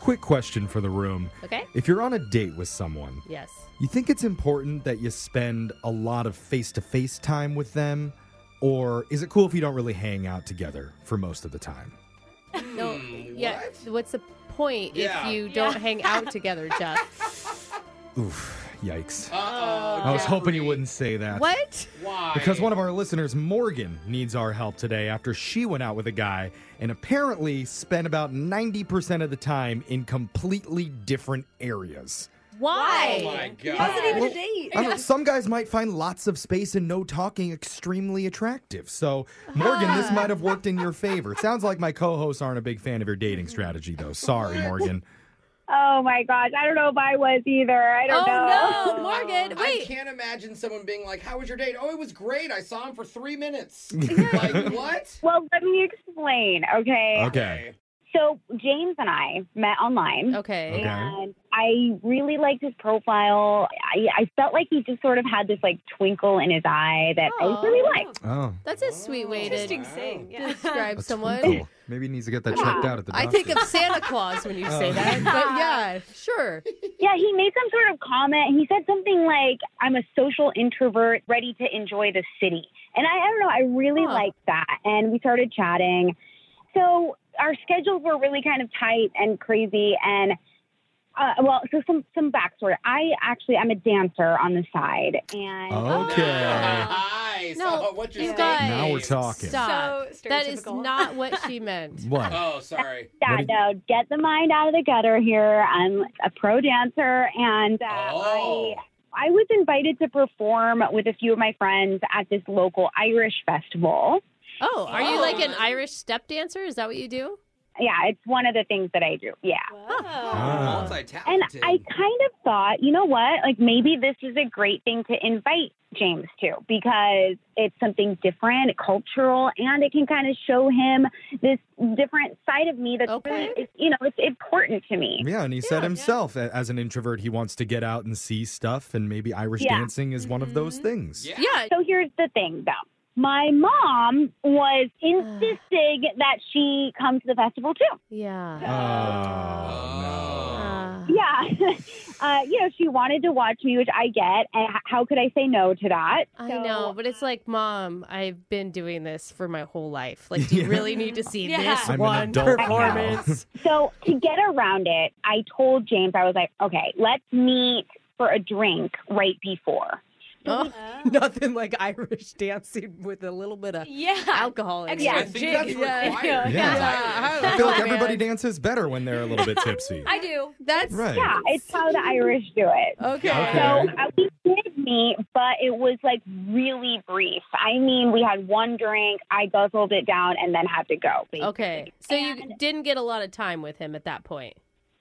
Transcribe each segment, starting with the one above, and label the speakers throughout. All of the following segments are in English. Speaker 1: Quick question for the room.
Speaker 2: Okay?
Speaker 1: If you're on a date with someone,
Speaker 2: Yes.
Speaker 1: you think it's important that you spend a lot of face to face time with them? Or is it cool if you don't really hang out together for most of the time?
Speaker 3: No, yeah. What's the point
Speaker 4: Hmm, Yeah.
Speaker 3: if you don't hang out together, Jeff?
Speaker 1: Oof, yikes.
Speaker 4: Uh-oh,
Speaker 1: I was hoping you
Speaker 4: Jeffrey.
Speaker 1: wouldn't say that.
Speaker 3: What?
Speaker 4: Why?
Speaker 1: Because one of our listeners, Morgan, needs our help today after she went out with a guy and apparently spent about 90% of the time in completely different areas.
Speaker 4: Oh my
Speaker 3: Why?
Speaker 4: god.
Speaker 1: Well, I don't know, some guys might find lots of space and no talking extremely attractive. So, Morgan, this might have worked in your favor. It sounds like my co hosts aren't a big fan of your dating strategy, though. Sorry, Morgan.
Speaker 5: Oh my gosh, I don't know if I was either. I
Speaker 3: Oh
Speaker 5: don't know.
Speaker 3: no, Morgan!
Speaker 4: I
Speaker 3: Wait,
Speaker 4: can't imagine someone being like, "How was your date? Oh, it was great. I saw him for three minutes." like what?
Speaker 5: Well, let me explain, okay?
Speaker 1: Okay.
Speaker 5: So James and I met online.
Speaker 3: okay.
Speaker 1: Okay.
Speaker 5: And I really liked his profile. I, I felt like he just sort of had this like twinkle in his eye that I really liked.
Speaker 1: Oh.
Speaker 3: That's a sweet way
Speaker 4: Interesting
Speaker 3: to
Speaker 4: saying,
Speaker 3: describe
Speaker 1: a
Speaker 3: someone.
Speaker 1: twinkle. Maybe he needs to get that checked out at the
Speaker 3: I
Speaker 1: doctor.
Speaker 3: think of Santa Claus when you
Speaker 1: Oh.
Speaker 3: say that. But yeah, sure.
Speaker 5: Yeah, he made some sort of comment. He said something like, I'm a social introvert ready to enjoy the city. And I, I don't know, I really
Speaker 3: Huh.
Speaker 5: liked that. And we started chatting. So our schedules were really kind of tight and crazy. And uh, well, so some, some backstory. I actually, I'm a dancer on the side.
Speaker 1: Oh.
Speaker 5: And
Speaker 1: Okay.
Speaker 4: Nice.
Speaker 3: No,
Speaker 4: Oh, what's your
Speaker 3: you
Speaker 4: stage
Speaker 3: guys-
Speaker 1: Now we're
Speaker 4: name?
Speaker 1: talking.
Speaker 3: Stop.
Speaker 2: So
Speaker 3: that is
Speaker 2: stereotypical.
Speaker 3: not what she meant.
Speaker 1: What?
Speaker 4: Oh, sorry.
Speaker 5: Yeah,
Speaker 1: What did-
Speaker 5: no, get the mind out of the gutter here. I'm a pro dancer, and uh,
Speaker 4: Oh.
Speaker 5: I I was invited to perform with a few of my friends at this local Irish festival.
Speaker 3: Oh, are you like an Irish step dancer? Is that what you do?
Speaker 5: Yeah, it's one of the things that I do. Yeah.
Speaker 1: Ah.
Speaker 5: And
Speaker 4: Multi-talented.
Speaker 5: I kind of thought, you know what? Like maybe this is a great thing to invite James to because it's something different, cultural, and it can kind of show him this different side of me that's
Speaker 3: Okay.
Speaker 5: really, it's- you know, it's important to me.
Speaker 1: Yeah, and he said himself, a- as an introvert, he wants to get out and see stuff, and maybe Irish
Speaker 5: Yeah.
Speaker 1: dancing is one of those things.
Speaker 4: Yeah.
Speaker 3: Yeah.
Speaker 5: So here's the thing, though. My mom was insisting that she come to the festival too.
Speaker 3: Yeah.
Speaker 1: Uh, Oh,
Speaker 3: Uh,
Speaker 5: Yeah, uh, you know, she wanted to watch me, which I get. And h- how could I say no to that?
Speaker 3: I
Speaker 5: So,
Speaker 3: know, but it's like, Mom, I've been doing this for my whole life. Like, do you
Speaker 1: Yeah.
Speaker 3: really need to see
Speaker 2: Yeah.
Speaker 3: this
Speaker 1: I'm an
Speaker 3: one
Speaker 1: adult now.
Speaker 3: performance?
Speaker 5: So to get around it, I told James I was like, okay, let's meet for a drink right before.
Speaker 6: Nothing like Irish dancing with a little bit of
Speaker 7: Yeah.
Speaker 6: alcohol in
Speaker 7: Extra
Speaker 4: I
Speaker 6: it.
Speaker 4: think that's
Speaker 7: jig.
Speaker 4: required.
Speaker 7: Yeah.
Speaker 6: Yeah.
Speaker 1: I feel like everybody dances better when they're a little bit tipsy.
Speaker 7: I do.
Speaker 6: That's
Speaker 1: Right.
Speaker 3: Oh,
Speaker 5: Yeah, it's how the Irish do it.
Speaker 6: okay.
Speaker 1: Okay.
Speaker 5: So uh, we did meet, but it was like really brief. I mean, we had one drink, I guzzled it down, and then had to go. basically.
Speaker 3: Okay. So you didn't get a lot of time with him at that point.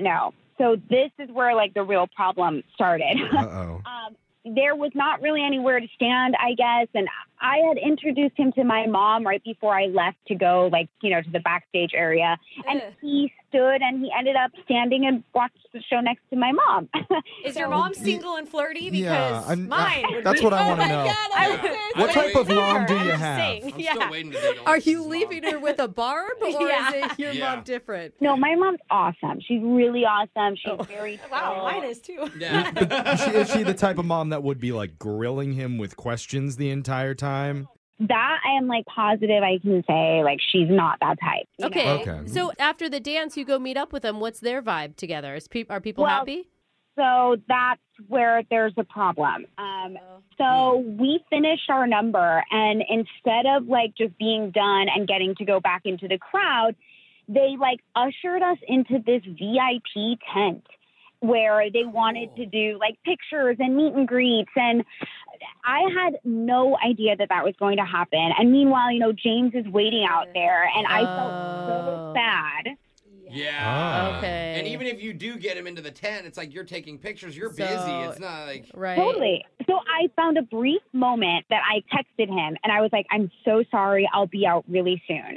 Speaker 5: No. So this is where like the real problem started.
Speaker 1: Uh oh.
Speaker 5: um, there was not really anywhere to stand, I guess. And I had introduced him to my mom right before I left to go, like, you know, to the backstage area. And
Speaker 7: Ugh.
Speaker 5: he stood and he ended up standing and watched the show next to my mom.
Speaker 7: Is your mom single and flirty? Because
Speaker 1: Yeah, I'm-
Speaker 7: mine.
Speaker 1: I-
Speaker 7: would
Speaker 1: that's
Speaker 7: be-
Speaker 1: what I
Speaker 7: oh
Speaker 1: wanna
Speaker 7: my
Speaker 1: know.
Speaker 7: God, I would-
Speaker 1: What
Speaker 7: I
Speaker 1: type
Speaker 7: would
Speaker 1: of
Speaker 7: date
Speaker 1: mom
Speaker 7: her.
Speaker 1: do you
Speaker 7: I'm just
Speaker 1: have?
Speaker 7: saying,
Speaker 4: I'm
Speaker 7: yeah.
Speaker 4: still waiting to date
Speaker 6: Are
Speaker 4: Alexis's
Speaker 6: you
Speaker 4: mom.
Speaker 6: leaving her with a barb or
Speaker 7: Yeah.
Speaker 6: is it your
Speaker 4: Yeah.
Speaker 6: mom different?
Speaker 5: no, my mom's awesome. She's really awesome. She's very chill.
Speaker 7: Oh. Wow, mine is too.
Speaker 4: Yeah.
Speaker 1: Is she, is she the type of mom that would be like grilling him with questions the entire time?
Speaker 5: That I am like positive I can say, like, she's not that type. you know?
Speaker 3: Okay.
Speaker 1: Okay.
Speaker 3: So after the dance, you go meet up with them. What's their vibe together? Is peop are people
Speaker 5: Well,
Speaker 3: happy?
Speaker 5: So that's where there's a problem. Um, so we finished our number, and instead of like just being done and getting to go back into the crowd, they like ushered us into this VIP tent where they wanted to do like pictures and meet and greets and I had no idea that that was going to happen. And meanwhile, you know, James is waiting out there and I felt so
Speaker 3: Oh.
Speaker 5: bad.
Speaker 7: Oh,
Speaker 4: Yeah.
Speaker 1: Ah.
Speaker 3: okay.
Speaker 4: And even if you do get him into the tent, it's like you're taking pictures. You're
Speaker 3: So-
Speaker 4: busy. It's not like
Speaker 3: right.
Speaker 5: Totally. So I found a brief moment that I texted him and I was like, I'm so sorry. I'll be out really soon.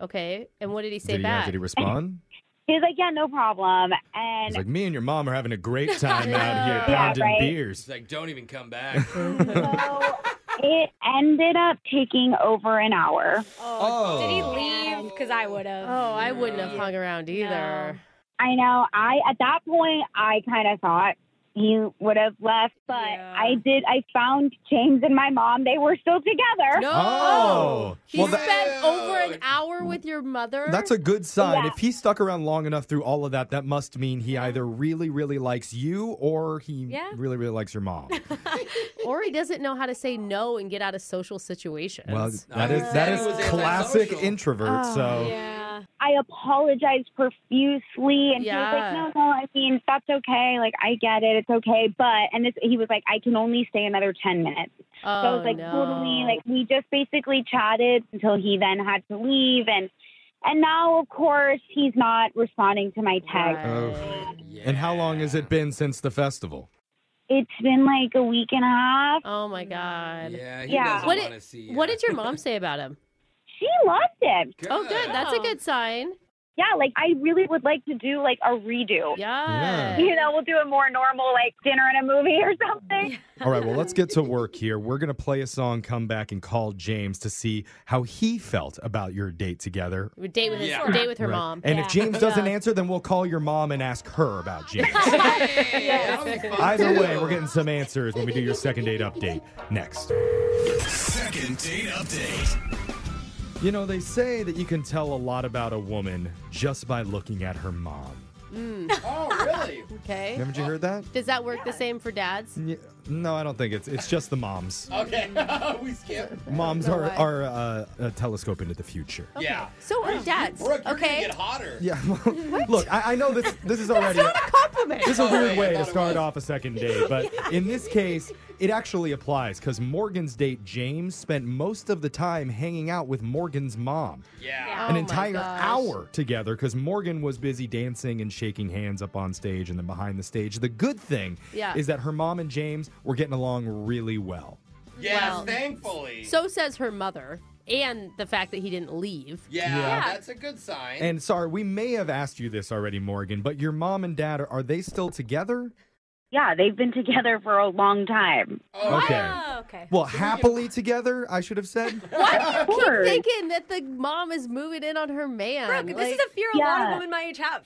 Speaker 3: Okay. And what did he say
Speaker 1: Did he, uh,
Speaker 3: back?
Speaker 1: did he respond?
Speaker 5: He's like, Yeah, no problem. And
Speaker 1: He's like, me and your mom are having a great time out here
Speaker 3: Yeah,
Speaker 1: pounding
Speaker 5: right.
Speaker 4: it's
Speaker 1: beers.
Speaker 4: like don't even come back.
Speaker 5: so it ended up taking over an hour.
Speaker 7: Oh, Did he leave? Because I would have.
Speaker 3: oh, I wouldn't
Speaker 1: Uh,
Speaker 3: have hung around either.
Speaker 5: I know. I at that point I kind of thought he would have left, but
Speaker 7: Yeah.
Speaker 5: I did. I found James and my mom. They were still together.
Speaker 3: No.
Speaker 1: Oh.
Speaker 3: He
Speaker 1: Well, that-
Speaker 3: spent over an hour with your mother.
Speaker 1: That's a good sign.
Speaker 5: Yeah.
Speaker 1: If he stuck around long enough through all of that, that must mean he either really, really likes you or he
Speaker 3: Yeah.
Speaker 1: really, really likes your mom.
Speaker 3: or he doesn't know how to say no and get out of social situations.
Speaker 1: well, that
Speaker 4: I
Speaker 1: is that
Speaker 4: was
Speaker 1: is
Speaker 4: antisocial.
Speaker 1: classic introvert. so
Speaker 7: Yeah.
Speaker 5: I apologized profusely, and he
Speaker 3: Yeah.
Speaker 5: was like, "No, no. I mean, that's okay. Like, I get it. It's okay." But and this, he was like, "I can only stay another ten minutes."
Speaker 3: oh,
Speaker 5: so I was like,
Speaker 3: no.
Speaker 5: "Totally." Like, we just basically chatted until he then had to leave, and and now, of course, he's not responding to my text.
Speaker 3: Right.
Speaker 1: Oh. And how long has it been since the festival?
Speaker 5: It's been like a week and a half.
Speaker 3: Oh my god.
Speaker 4: Yeah. He
Speaker 5: Yeah.
Speaker 4: doesn't
Speaker 3: What
Speaker 4: want to
Speaker 3: did-
Speaker 4: see.
Speaker 3: What did your mom say about him?
Speaker 5: She loved him.
Speaker 3: Oh, good. That's a good sign.
Speaker 5: Yeah, like I really would like to do like a redo.
Speaker 3: Yeah.
Speaker 5: You know, we'll do a more normal like dinner and a movie or something.
Speaker 1: All right, well, let's get to work here. We're going to play a song, come back, and call James to see how he felt about your date together.
Speaker 3: Date with his,
Speaker 4: Yeah.
Speaker 3: date with her
Speaker 1: Right.
Speaker 3: mom.
Speaker 1: And if James doesn't answer, then we'll call your mom and ask her about James. Either way, we're getting some answers when we do your second date update next.
Speaker 8: Second date update.
Speaker 1: You know, they say that you can tell a lot about a woman just by looking at her mom.
Speaker 4: Oh, really?
Speaker 3: Okay.
Speaker 1: Eh, Haven't you heard that?
Speaker 3: Does that work the same for dads?
Speaker 1: Yeah. No, I don't think it's it's just the moms.
Speaker 4: Okay. Oh, we skipped.
Speaker 1: Moms
Speaker 3: know
Speaker 1: are,
Speaker 3: why.
Speaker 1: are uh, a telescope into the future.
Speaker 4: Yeah.
Speaker 3: So are dads.
Speaker 4: Brooke, you're gonna
Speaker 3: okay.
Speaker 4: get hotter.
Speaker 1: Yeah. Look, I, I know this. This is already a compliment. This is a
Speaker 4: Oh,
Speaker 1: weird
Speaker 4: yeah, I
Speaker 1: way
Speaker 4: thought
Speaker 1: to
Speaker 4: it
Speaker 1: start
Speaker 4: was.
Speaker 1: off a second date, but in this case, it actually applies because Morgan's date James spent most of the time hanging out with Morgan's mom,
Speaker 4: Yeah.
Speaker 1: an
Speaker 3: Oh my
Speaker 1: entire
Speaker 3: gosh.
Speaker 1: hour together because Morgan was busy dancing and shaking hands up on stage and then behind the stage. The good thing
Speaker 3: Yeah.
Speaker 1: is that her mom and James were getting along really well.
Speaker 4: Yes,
Speaker 3: Well,
Speaker 4: thankfully.
Speaker 3: So says her mother, and the fact that he didn't leave.
Speaker 4: yeah,
Speaker 1: Yeah.
Speaker 4: that's a good sign.
Speaker 1: And sorry, we may have asked you this already, Morgan, but your mom and dad are, are they still together?
Speaker 5: Yeah, they've been together for a long time.
Speaker 4: oh,
Speaker 1: Okay.
Speaker 7: Oh, okay.
Speaker 1: Well, happily together, I should have said.
Speaker 3: Why do you keep
Speaker 1: course.
Speaker 3: thinking that the mom is moving in on her man?
Speaker 7: Brooke, Oh, this is a fear a lot of women my age have.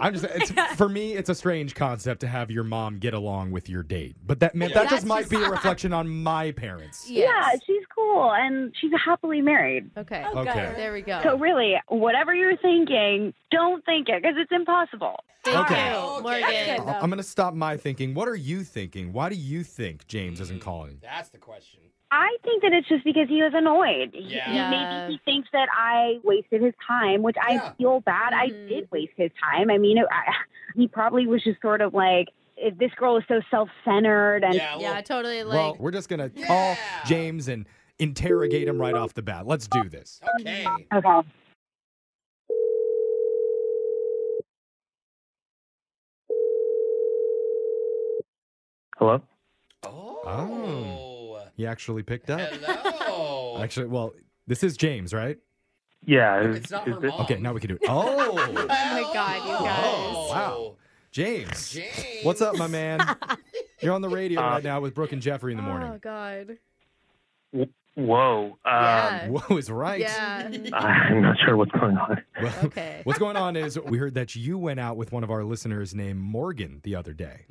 Speaker 1: I'm just it's, for me, it's a strange concept to have your mom get along with your date, but that meant that
Speaker 5: That's
Speaker 1: just might
Speaker 5: just-
Speaker 1: be a reflection on my parents.
Speaker 5: Yeah, she's cool and she's happily married.
Speaker 3: Okay.
Speaker 1: Oh, Okay. good.
Speaker 3: There we go.
Speaker 5: So really, whatever you're thinking, don't think it because it's impossible.
Speaker 1: Okay.
Speaker 3: Morgan.
Speaker 1: I- Uh, I'm gonna stop my thinking. What are you thinking? Why do you think James isn't calling?
Speaker 4: That's the question.
Speaker 5: I think that it's just because he was annoyed. He-
Speaker 4: Yeah.
Speaker 5: He,
Speaker 4: Yeah.
Speaker 5: maybe he thinks that I wasted his time, which I feel bad. I did waste his time. I mean, it, I, he probably was just sort of like, "If this girl is so self-centered, and
Speaker 3: yeah, totally. Like,
Speaker 1: well, we're just gonna call James and interrogate him right off the bat. Let's do this.
Speaker 4: Okay.
Speaker 5: Okay.
Speaker 9: Hello?
Speaker 1: Oh. He actually picked up.
Speaker 4: Hello.
Speaker 1: Actually, well, this is James, right?
Speaker 9: Yeah. is- It's not is her this- mom.
Speaker 1: Okay, now we can do it. Oh.
Speaker 3: my God, you guys.
Speaker 1: Wow. James. What's up, my man? You're on the radio right now with Brooke and Jeffrey in the morning.
Speaker 3: Oh, God.
Speaker 9: Whoa. Um,
Speaker 1: Whoa is right.
Speaker 3: Yeah.
Speaker 9: I'm not sure what's going on.
Speaker 3: okay.
Speaker 1: What's going on is we heard that you went out with one of our listeners named Morgan the other day.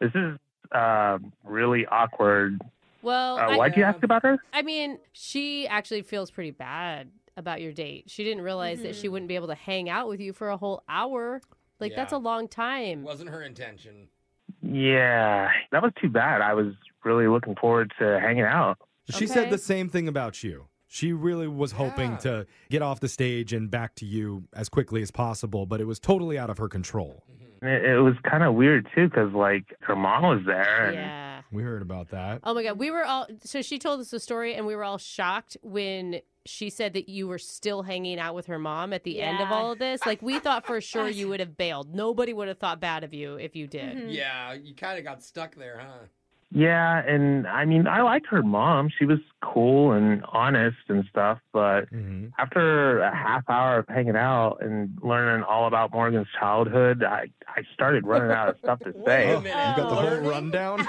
Speaker 9: This is um really awkward.
Speaker 3: Well,
Speaker 9: uh,
Speaker 3: I-
Speaker 9: why'd you ask about her?
Speaker 3: I mean, she actually feels pretty bad about your date. She didn't realize that she wouldn't be able to hang out with you for a whole hour. Like, that's a
Speaker 4: Yeah.
Speaker 3: long time.
Speaker 4: Wasn't her intention.
Speaker 9: Yeah. That was too bad. I was really looking forward to hanging out.
Speaker 1: She said the same thing about you. She really was hoping to get off the stage and back to you as quickly as possible, but it was totally out of her control.
Speaker 4: Mm.
Speaker 9: It, it was kind of weird, too, because, like, her mom was there. And
Speaker 3: Yeah.
Speaker 1: We heard about that.
Speaker 3: Oh my god, we were all so she told us the story, and we were all shocked when she said that you were still hanging out with her mom at the end of
Speaker 7: Yeah.
Speaker 3: all of this. Like we thought for sure you would have bailed. Nobody would have thought bad of you if you did.
Speaker 7: Mm-hmm.
Speaker 4: Yeah, you kind of got stuck there, huh?
Speaker 9: Yeah, and I mean, I liked her mom. She was cool and honest and stuff. But
Speaker 1: Mm-hmm.
Speaker 9: after a half hour of hanging out and learning all about Morgan's childhood, I, I started running out of stuff to say.
Speaker 1: Oh,
Speaker 4: a minute. Oh, You got the whole Learning?
Speaker 1: rundown?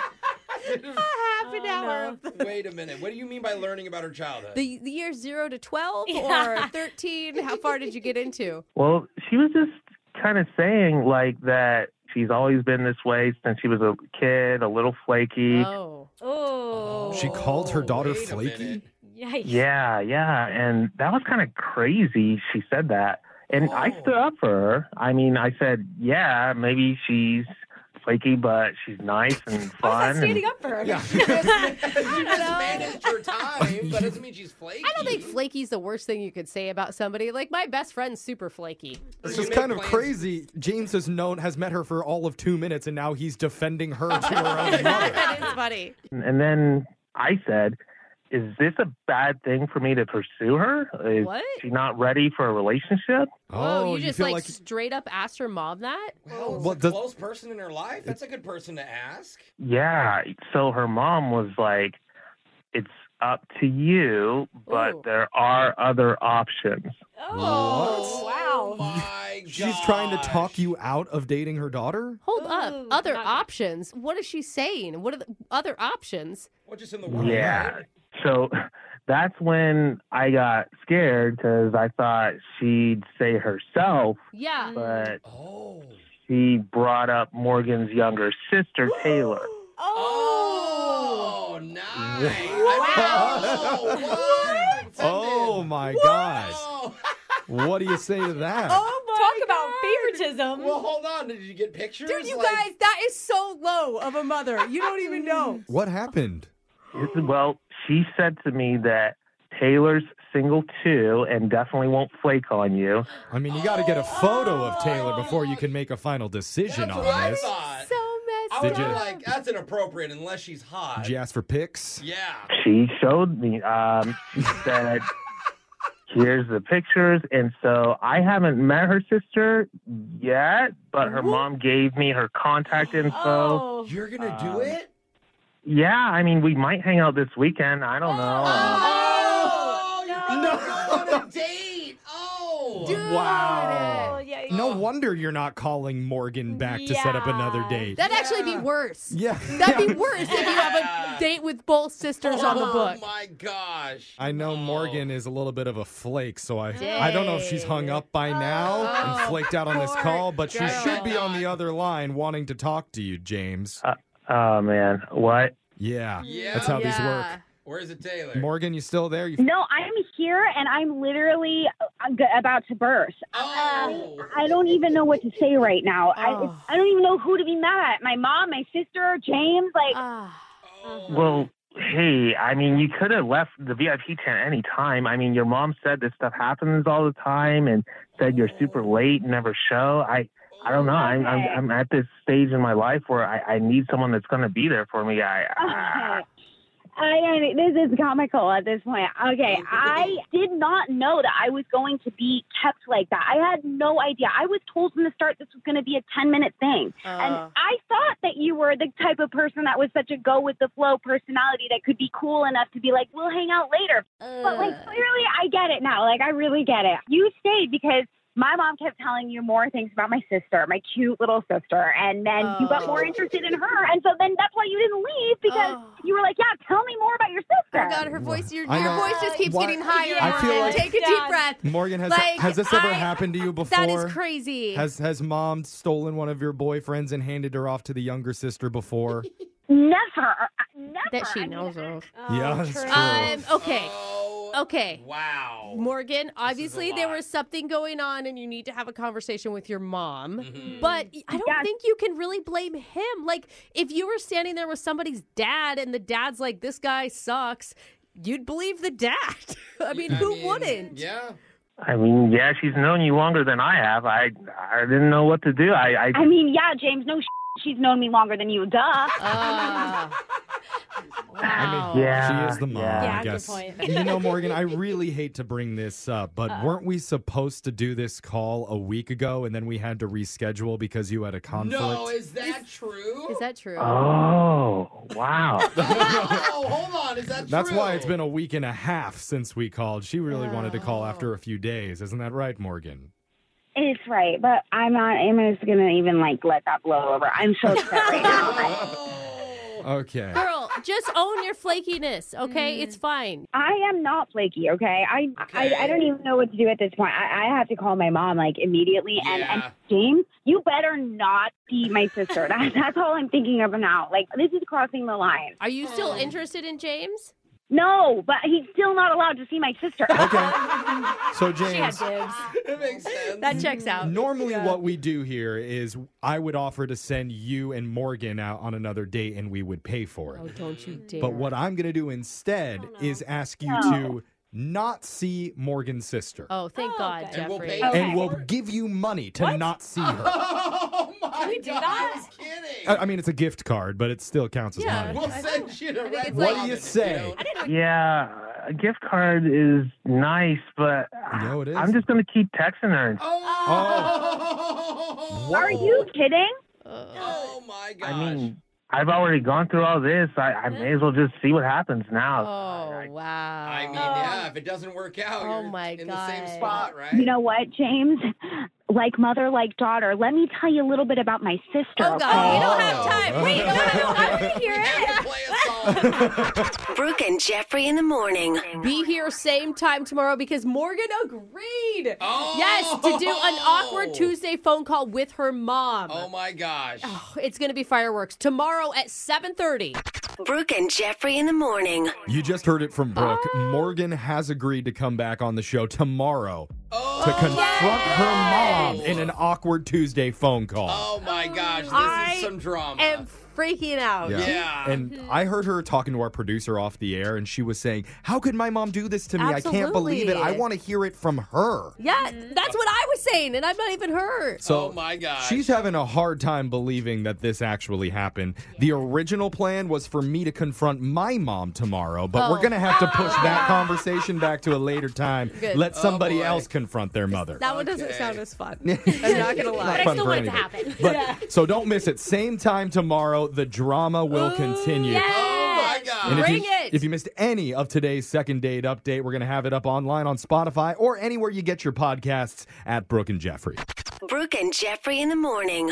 Speaker 3: half an hour.
Speaker 4: Wait a minute. What do you mean by learning about her childhood?
Speaker 3: The, the year zero to twelve
Speaker 7: Yeah.
Speaker 3: or thirteen? How far did you get into?
Speaker 9: Well, she was just kind of saying like that she's always been this way since she was a kid, a little
Speaker 4: Uh-huh.
Speaker 9: flaky.
Speaker 3: Oh.
Speaker 7: Oh.
Speaker 1: She called her daughter
Speaker 9: wait a
Speaker 1: flaky.
Speaker 7: Yikes.
Speaker 9: Yeah, yeah. And that was kind of crazy. She said that. And I
Speaker 4: Oh.
Speaker 9: stood up for her. I mean, I said, yeah, maybe she's flaky, but she's nice and fun. and-
Speaker 7: Standing up for her.
Speaker 4: you just managed your time, but it doesn't mean she's flaky.
Speaker 3: I don't think flaky's the worst thing you could say about somebody. Like my best friend's super flaky.
Speaker 1: It's just kind of crazy. James has known has met her for all of two minutes, and now he's defending her to her own mother.
Speaker 3: that is funny.
Speaker 9: and then I said, is this a bad thing for me to pursue her? Is
Speaker 3: What?
Speaker 9: she not ready for a relationship?
Speaker 1: Oh,
Speaker 3: Whoa, Oh, you just like, straight up asked her mom that?
Speaker 4: Well, it's
Speaker 9: Well,
Speaker 4: a
Speaker 9: the-
Speaker 4: close person in her life. That's a good person to ask.
Speaker 9: Yeah. So her mom was like, it's up to you, but there are other options.
Speaker 4: Oh, wow. my God.
Speaker 1: She's trying to talk you out of dating her daughter?
Speaker 3: Hold up. Other options. What is she saying? What are the other options?
Speaker 4: What just in the
Speaker 9: Yeah. So that's when I got scared because I thought she'd say herself,
Speaker 3: Yeah.
Speaker 9: but
Speaker 4: Oh.
Speaker 9: she brought up Morgan's younger sister, Taylor.
Speaker 4: Oh, nice.
Speaker 1: oh my gosh. What do you say to that?
Speaker 4: Oh.
Speaker 7: Talk about
Speaker 3: Oh
Speaker 7: favoritism.
Speaker 4: Well, hold on. Did you get pictures?
Speaker 7: Dude, you
Speaker 4: Like-
Speaker 7: guys, that is so low of a mother. You don't even know.
Speaker 1: What happened?
Speaker 9: Well, she said to me that Taylor's single too and definitely won't flake on you.
Speaker 1: I mean, you got to get a photo of Taylor before you can make a final decision
Speaker 4: That's
Speaker 1: on
Speaker 4: what I
Speaker 1: this.
Speaker 4: thought.
Speaker 3: So
Speaker 4: I
Speaker 1: Did
Speaker 4: was
Speaker 1: you-
Speaker 4: like, that's inappropriate unless she's hot.
Speaker 1: Did you ask for pics?
Speaker 4: Yeah.
Speaker 9: She showed me. Um, she said, "Here's the pictures." And so I haven't met her sister yet, but her mom gave me her contact info.
Speaker 4: Oh. You're going to do
Speaker 9: Um,
Speaker 4: it?
Speaker 9: Yeah, I mean, we might hang out this weekend. I don't know.
Speaker 4: Oh, you're going on a date. Oh.
Speaker 1: Wow.
Speaker 10: Yeah,
Speaker 1: No wonder you're not calling Morgan back to set up another date.
Speaker 3: That'd actually be worse.
Speaker 1: yeah.
Speaker 3: That'd be worse if you have a date with both sisters on the book.
Speaker 4: Oh my gosh.
Speaker 1: I know Morgan is a little bit of a flake, so I I don't know if she's hung up by now and flaked out on this call, but she should be on the other line wanting to talk to you, James.
Speaker 9: Oh man, what?
Speaker 1: Yeah, that's how these work.
Speaker 4: Where's it Taylor?
Speaker 1: Morgan, you still there? You
Speaker 5: No, I'm here and I'm literally uh, g- about to burst. I, I don't even know what to say right now. I, it's- I don't even know who to be mad at. My mom, my sister, James. Like,
Speaker 4: Mm-hmm.
Speaker 9: Well, hey, I mean, you could have left the VIP tent any time. I mean, your mom said this stuff happens all the time, and said
Speaker 4: Mm-hmm.
Speaker 9: you're super late, and never show. I, I don't know. I'm, I'm, I'm at this stage in my life where I, I need someone that's going to be there for me. I,
Speaker 5: okay. I don't, this is comical at this point. Okay, I did not know that I was going to be kept like that. I had no idea. I was told from the start this was going to be a 10 minute thing. and
Speaker 11: Uh.
Speaker 5: I thought that you were the type of person that was such a go with the flow personality that could be cool enough to be like, we'll hang out later. But, like, clearly, I get it now. Like, I really get it. You stayed because. My mom kept telling you more things about my sister, my cute little sister, and then you got more interested in her, and so then that's why you didn't leave because you were like, "Yeah, tell me more about your sister."
Speaker 6: God, her voice, your,
Speaker 1: I
Speaker 6: your
Speaker 1: know.
Speaker 6: voice just keeps
Speaker 1: Why-
Speaker 6: getting higher.
Speaker 1: I feel
Speaker 6: Morgan.
Speaker 1: like-
Speaker 6: Take a
Speaker 1: Yeah.
Speaker 6: deep breath.
Speaker 1: Morgan, has
Speaker 6: Like,
Speaker 1: has this ever
Speaker 6: I-
Speaker 1: happened to you before?
Speaker 3: That is crazy.
Speaker 1: Has has mom stolen one of your boyfriends and handed her off to the younger sister before?
Speaker 5: Never.
Speaker 3: That she knows of.
Speaker 1: yeah, that's true.
Speaker 3: Um, okay. okay.
Speaker 4: Oh, Wow.
Speaker 3: Morgan, obviously there was something going on and you need to have a conversation with your mom. But I don't think you can really blame him. Like, if you were standing there with somebody's dad and the dad's like, this guy sucks, you'd believe the dad. I mean, who wouldn't?
Speaker 4: Yeah.
Speaker 9: I mean, yeah, she's known you longer than I have. I, I didn't know what to do. I, I,
Speaker 5: I mean, yeah, James. No, she's known me longer than you. Duh.
Speaker 1: I
Speaker 9: mean, yeah,
Speaker 1: she is the mom.
Speaker 9: yeah. Oh. Yeah,
Speaker 1: I
Speaker 9: good
Speaker 1: guess.
Speaker 9: point. Uh.
Speaker 1: you know, Morgan, I really hate to bring this up, but weren't we supposed to do this call a week ago, and then we had to reschedule because you had a conflict?
Speaker 4: No, is that true?
Speaker 3: Is that true?
Speaker 1: Um, Oh,
Speaker 9: wow.
Speaker 4: Oh, hold on. Is that
Speaker 1: That's
Speaker 4: true?
Speaker 1: why it's been a week and a half since we called. She really wanted to call
Speaker 9: Oh.
Speaker 1: after a few days. Isn't that right, Morgan?
Speaker 5: It's right, but I'm not. I'm just gonna even like let that blow over. I'm so upset right now.
Speaker 1: Okay.
Speaker 3: Girl, just own your flakiness, okay? It's fine.
Speaker 5: I am not flaky, okay? I, I I don't even know what to do at this point. I, I have to call my mom like immediately. And, and
Speaker 11: Yeah.
Speaker 5: James, you better not be my sister. That, that's all I'm thinking of now. Like this is crossing the line.
Speaker 3: Are you still interested in James?
Speaker 5: No, but he's still not allowed to see my sister.
Speaker 1: Okay. So, James.
Speaker 4: That makes sense.
Speaker 3: That checks out.
Speaker 1: Normally, what we do here is I would offer to send you and Morgan out on another date and we would pay for it.
Speaker 3: Oh, don't you dare.
Speaker 1: But what I'm going to do instead is ask you
Speaker 3: Oh, No.
Speaker 1: to not see Morgan's sister.
Speaker 3: Oh, thank God, Jeffrey.
Speaker 1: And we'll give you money to not see her.
Speaker 4: Oh my
Speaker 11: Can we do
Speaker 4: God,
Speaker 11: that?
Speaker 4: I was kidding.
Speaker 1: I I mean, it's a gift card, but it still counts as money.
Speaker 4: We'll send you to Red
Speaker 1: What
Speaker 4: Robin
Speaker 1: do you
Speaker 4: if
Speaker 1: say?
Speaker 9: yeah, a gift card is nice, but no, it is. I'm just going to keep texting her.
Speaker 4: Oh.
Speaker 5: Are you kidding?
Speaker 9: I mean, I've already gone through all this. I, I may as well just see what happens now.
Speaker 3: Oh wow!
Speaker 4: I mean, yeah. If it doesn't work out,
Speaker 3: Oh,
Speaker 4: you're
Speaker 3: my
Speaker 4: in
Speaker 3: God.
Speaker 4: the same spot, right?
Speaker 5: You know what, James? Like mother, like daughter. Let me tell you a little bit about my sister. Oh
Speaker 11: God, we don't
Speaker 5: have
Speaker 1: Oh.
Speaker 5: time. Wait, no, no, I want to hear
Speaker 2: Brooke and Jeffrey in the morning.
Speaker 3: Be here same time tomorrow because Morgan agreed. Yes, to do an awkward Tuesday phone call with her mom.
Speaker 4: Oh my gosh.
Speaker 3: It's going to be fireworks tomorrow at 7:30.
Speaker 2: Brooke and Jeffrey in the morning.
Speaker 1: You just heard it
Speaker 3: Oh.
Speaker 1: from Brooke. Morgan has agreed to come back on the show tomorrow to confront her mom in an awkward Tuesday phone call.
Speaker 4: Oh my gosh. This is some drama.
Speaker 3: am freaking out.
Speaker 1: And I heard her talking to our producer off the air, and she was saying, How could my mom do this to me? I can't believe it. I
Speaker 3: Absolutely.
Speaker 1: want to hear it from her.
Speaker 3: Yeah, that's what I was saying, and I'm not even her.
Speaker 9: Oh,
Speaker 1: So
Speaker 4: Oh my
Speaker 3: Uh,
Speaker 4: gosh.
Speaker 1: she's having a hard time believing that this actually happened. The original plan was for me to confront my mom tomorrow, but we're
Speaker 3: Oh.
Speaker 1: going to have to push that conversation back to a later time.
Speaker 3: Good.
Speaker 1: Let
Speaker 3: Oh,
Speaker 1: somebody
Speaker 3: boy.
Speaker 1: else confront their mother.
Speaker 3: That one doesn't sound as fun. I'm not gonna lie.
Speaker 1: Not fun for anybody. But so don't miss it. Same time tomorrow. The drama will continue.
Speaker 4: Oh my
Speaker 8: go.
Speaker 1: And if you, If you missed any of today's second date update, we're going to have it up online on Spotify or anywhere you get your podcasts at Brooke and Jeffrey.
Speaker 3: Brooke and Jeffrey in the morning.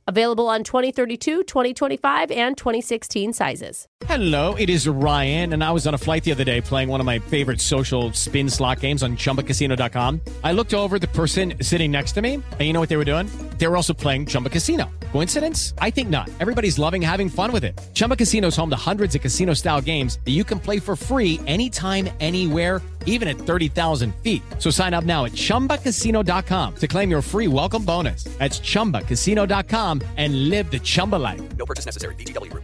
Speaker 3: Available on 2032, 2025, and 2016 sizes.
Speaker 12: Hello, it is Ryan, and I was on a flight the other day playing one of my favorite social spin slot games on chumbacasino.com. I looked over at the person sitting next to me, and you know what they were doing? They were also playing Chumba Casino. Coincidence? I think not. Everybody's loving having fun with it. Chumba Casino is home to hundreds of casino style games that you can play for free anytime, anywhere, even at 30,000 feet. So sign up now at chumbacasino.com to claim your free welcome bonus. That's chumbacasino.com and live the Chumba life.
Speaker 13: No purchase necessary. VGW Group.